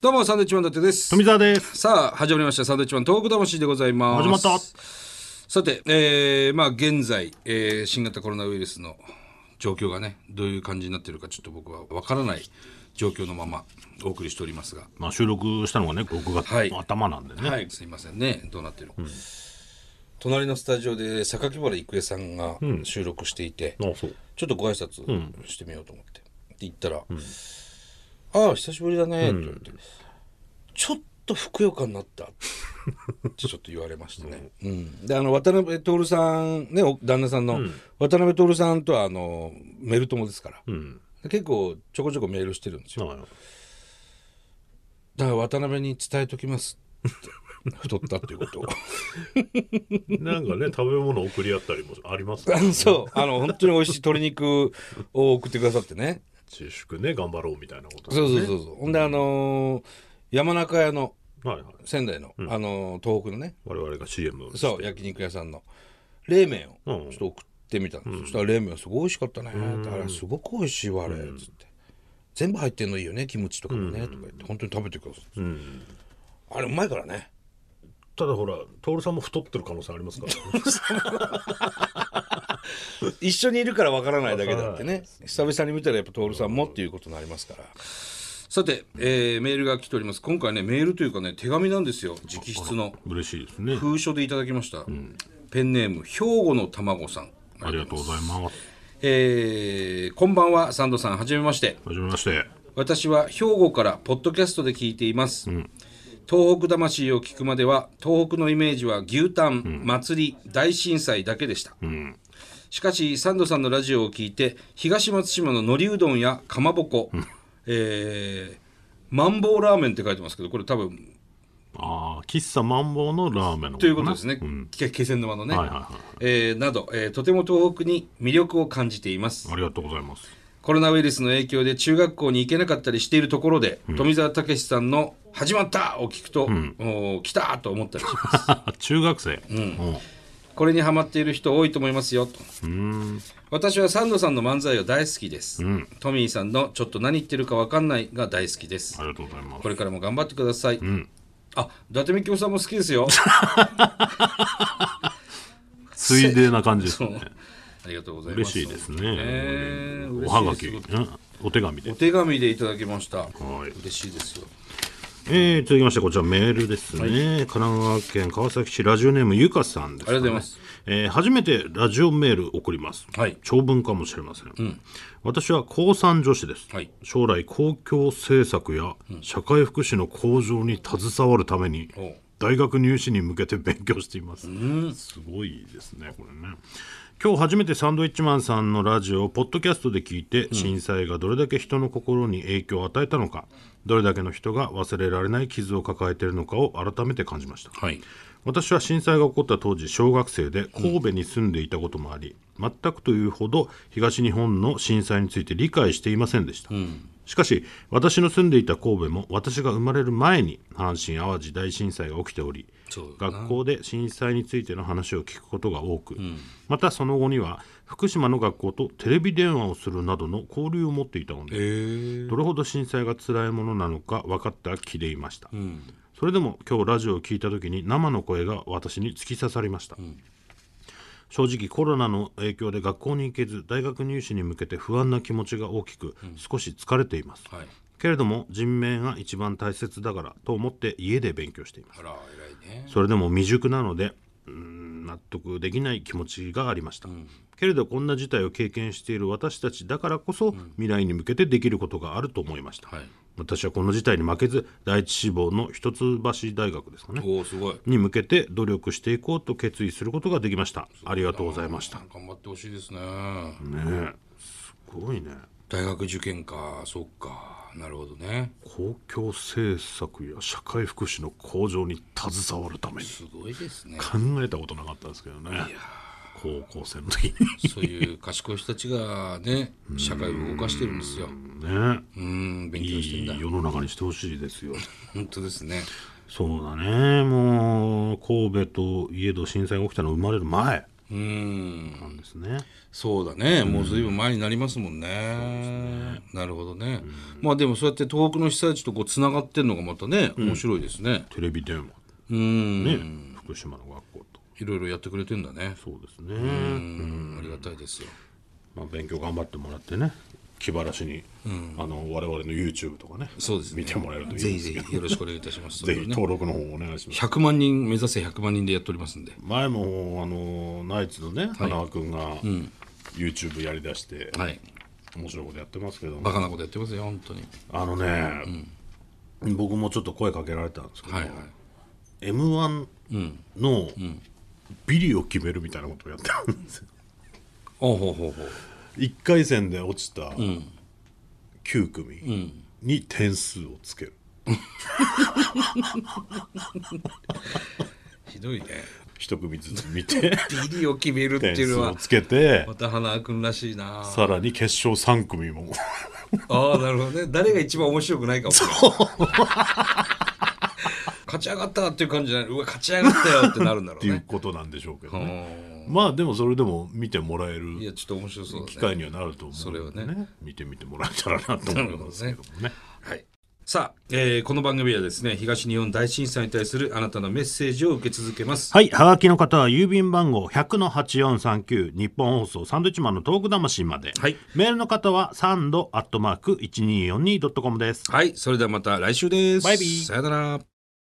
どうも、サンドウィッチマン伊達です。富澤です。さあ、始まりました。サンドウィッチマントーク魂でございます。始まったさて、えー、まあ、現在、えー、新型コロナウイルスの状況がね、どういう感じになってるか、ちょっと僕はわからない状況のままお送りしておりますが、まあ収録したのがね、6月、はい頭なんでね。はい、すいませんね、どうなってるか。隣のスタジオで榊原郁恵さんが収録していて、あそう。ちょっとご挨拶してみようと思って、って言ったら「ああ久しぶりだね」って言われて、ちょっとふくよかになった」ってちょっと言われましたね。うんであの渡辺徹さんねお旦那さんの、渡辺徹さんとはあのメル友ですから、うん。結構ちょこちょこメールしてるんですだよ。からよだから渡辺に伝えとき ますって太ったっていうことを。 なんかね、食べ物送り合ったりもありますかあ ら、のそうあの本当に美味しい鶏肉を送ってくださってね。自粛ね、頑張ろうみたいなこと、ね。そうそうそうそう。ほんであのー山中屋のはいはい。仙台の、あの東北のね我々が CM をしてそう焼肉屋さんの冷麺をうんちょっと送ってみたんです、そしたら冷麺すごい美味しかったねってあれすごく美味しいわあれつって全部入ってんのいいよねキムチとかもねとか言って本当に食べてください、うん。あれうまいから ねただほら、徹さんも太ってる可能性ありますから、ね。一緒にいるからわからないだけだってわからないねで久々に見たらやっぱ徹さんもっていうことになりますからさて、えーメールが来ております今回ねメールというかね手紙なんですよ直筆の嬉しいですね。封書でいただきました、ペンネーム兵庫の卵さんありがとうございます。えーこんばんは、サンドさん、はじめまして。はじめまして。私は兵庫からポッドキャストで聞いています。東北魂を聞くまでは、東北のイメージは牛タン、祭り、大震災だけでした。しかし、サンドさんのラジオを聞いて、東松島の海苔うどんやかまぼこ、えー、マンボウラーメンって書いてますけど、これ多分、ああ、喫茶マンボウのラーメンのということですね。うん。け気仙沼のね。はいはいはい。えーなど、えーとても東北に魅力を感じています。ありがとうございます。 コロナウイルスの影響で中学校に行けなかったりしているところで、富澤たけしさんの「始まった!」を聞くと、おー来た!」と思ったりします中学生。うん。これにハマっている人多いと思いますよと私はサンドさんの漫才が大好きです、トミーさんの「ちょっと何言ってるか分かんない」が大好きですありがとうございますこ。れからも頑張ってください、あ伊達みきおさんも好きです よついでな感じですそうね。ありがとうございま嬉すしいですね。えーおはが嬉しき、いですうんお手紙でお。手紙でいただきましたはい嬉しいですよえー、続きまして、こちらメールですね。神奈川県川崎市ラジオネームゆかさんです、ね。ありがとうございます。えー初めてラジオメール送ります。はい長文かもしれません。私は高三女子です。はい将来公共政策や社会福祉の向上に携わるために、お大学入試に向けて勉強しています、すごいですねこれね今日初めてサンドウィッチマンさんのラジオをポッドキャストで聞いて、震災がどれだけ人の心に影響を与えたのかどれだけの人が忘れられない傷を抱えているのかを改めて感じましたはい私は震災が起こった当時小学生で神戸に住んでいたこともあり、全くというほど東日本の震災について理解していませんでした、しかし私の住んでいた神戸も私が生まれる前に阪神・淡路大震災が起きておりそうだな学校で震災についての話を聞くことが多く、またその後には福島の学校とテレビ電話をするなどの交流を持っていたので、えー、どれほど震災が辛いものなのか分かった気でいました、それでも今日ラジオを聞いた時に生の声が私に突き刺さりました、正直コロナの影響で学校に行けず大学入試に向けて不安な気持ちが大きく少し疲れています、はいけれども人命が一番大切だからと思って家で勉強していますあら偉いねそれでも未熟なのでうーん納得できない気持ちがありました、けれどこんな事態を経験している私たちだからこそ、未来に向けてできることがあると思いました、はい私はこの事態に負けず第一志望の一橋大学ですかねおおすごいに向けて努力していこうと決意することができましたありがとうございましたね頑張ってほしいですね、えすごいね大学受験かそっかなるほどね公共政策や社会福祉の向上に携わるためにすごいです ね考えたことなかったですけどね高校生の時にそういう賢い人たちがね社会を動かしてるんですよね うん勉い強してんいだ世の中にしてほしいですよ。本当ですねそうだね、もう神戸といえど震災が起きたのは生まれる前、うんなんですね。そうだね、もうずいぶん前になりますもんね。なるほどね、まあでもそうやって東北の被災地とこうつながってるのがまたね、面白いですね。テレビ電話うん、ね、福島の学校と。いろいろやってくれてんだね。そうですね。うん、ありがたいですよ。まあ勉強頑張ってもらってね。気晴らしに、あの我々の YouTube とかね、そうですね見てもらえるといいぜでひすけぜど、ひよろしくお願いいたします。ぜひ登録の方お願いします。 100万人目指せ100万人でやっておりますんで。前もあのナイツのね、花輪君が YouTube やりだして、はい。面白いことやってますけど、バカなことやってますよ、本当に。あのね、僕もちょっと声かけられたんですけど、はいはい。 m 1のビリを決めるみたいなことをやってたんですよおうほうほうほう。 1回戦で落ちた9組に点数をつけるひどいね。 1組ずつ 見てビリを決めるって点いう数のをは、つけてまた花君らしいな。さらに決勝3組もああ、なるほどね。誰が一番面白くないかも。 勝ち上がったっていう感じじゃない。うわ、勝ち上がったよってなるんだろうっていうね。ことなんでしょうけどうねんまあでもそれでも見てもらえいるや、ちょっと面白そう機だね。会にはなると思うのそでれはね見てみてもらえたらなと思いますけどもねはい。さあ、えーこの番組はですね、東日本大震災に対するあなたのメッセージを受け続けます。 はい。はがきの方は郵便番号100-8439日本放送サンドイッチマンのトーク魂まで。はいメールの方はサンドアットマーク 1242.com です。はい、それではまた来週です。バイビーさよなら。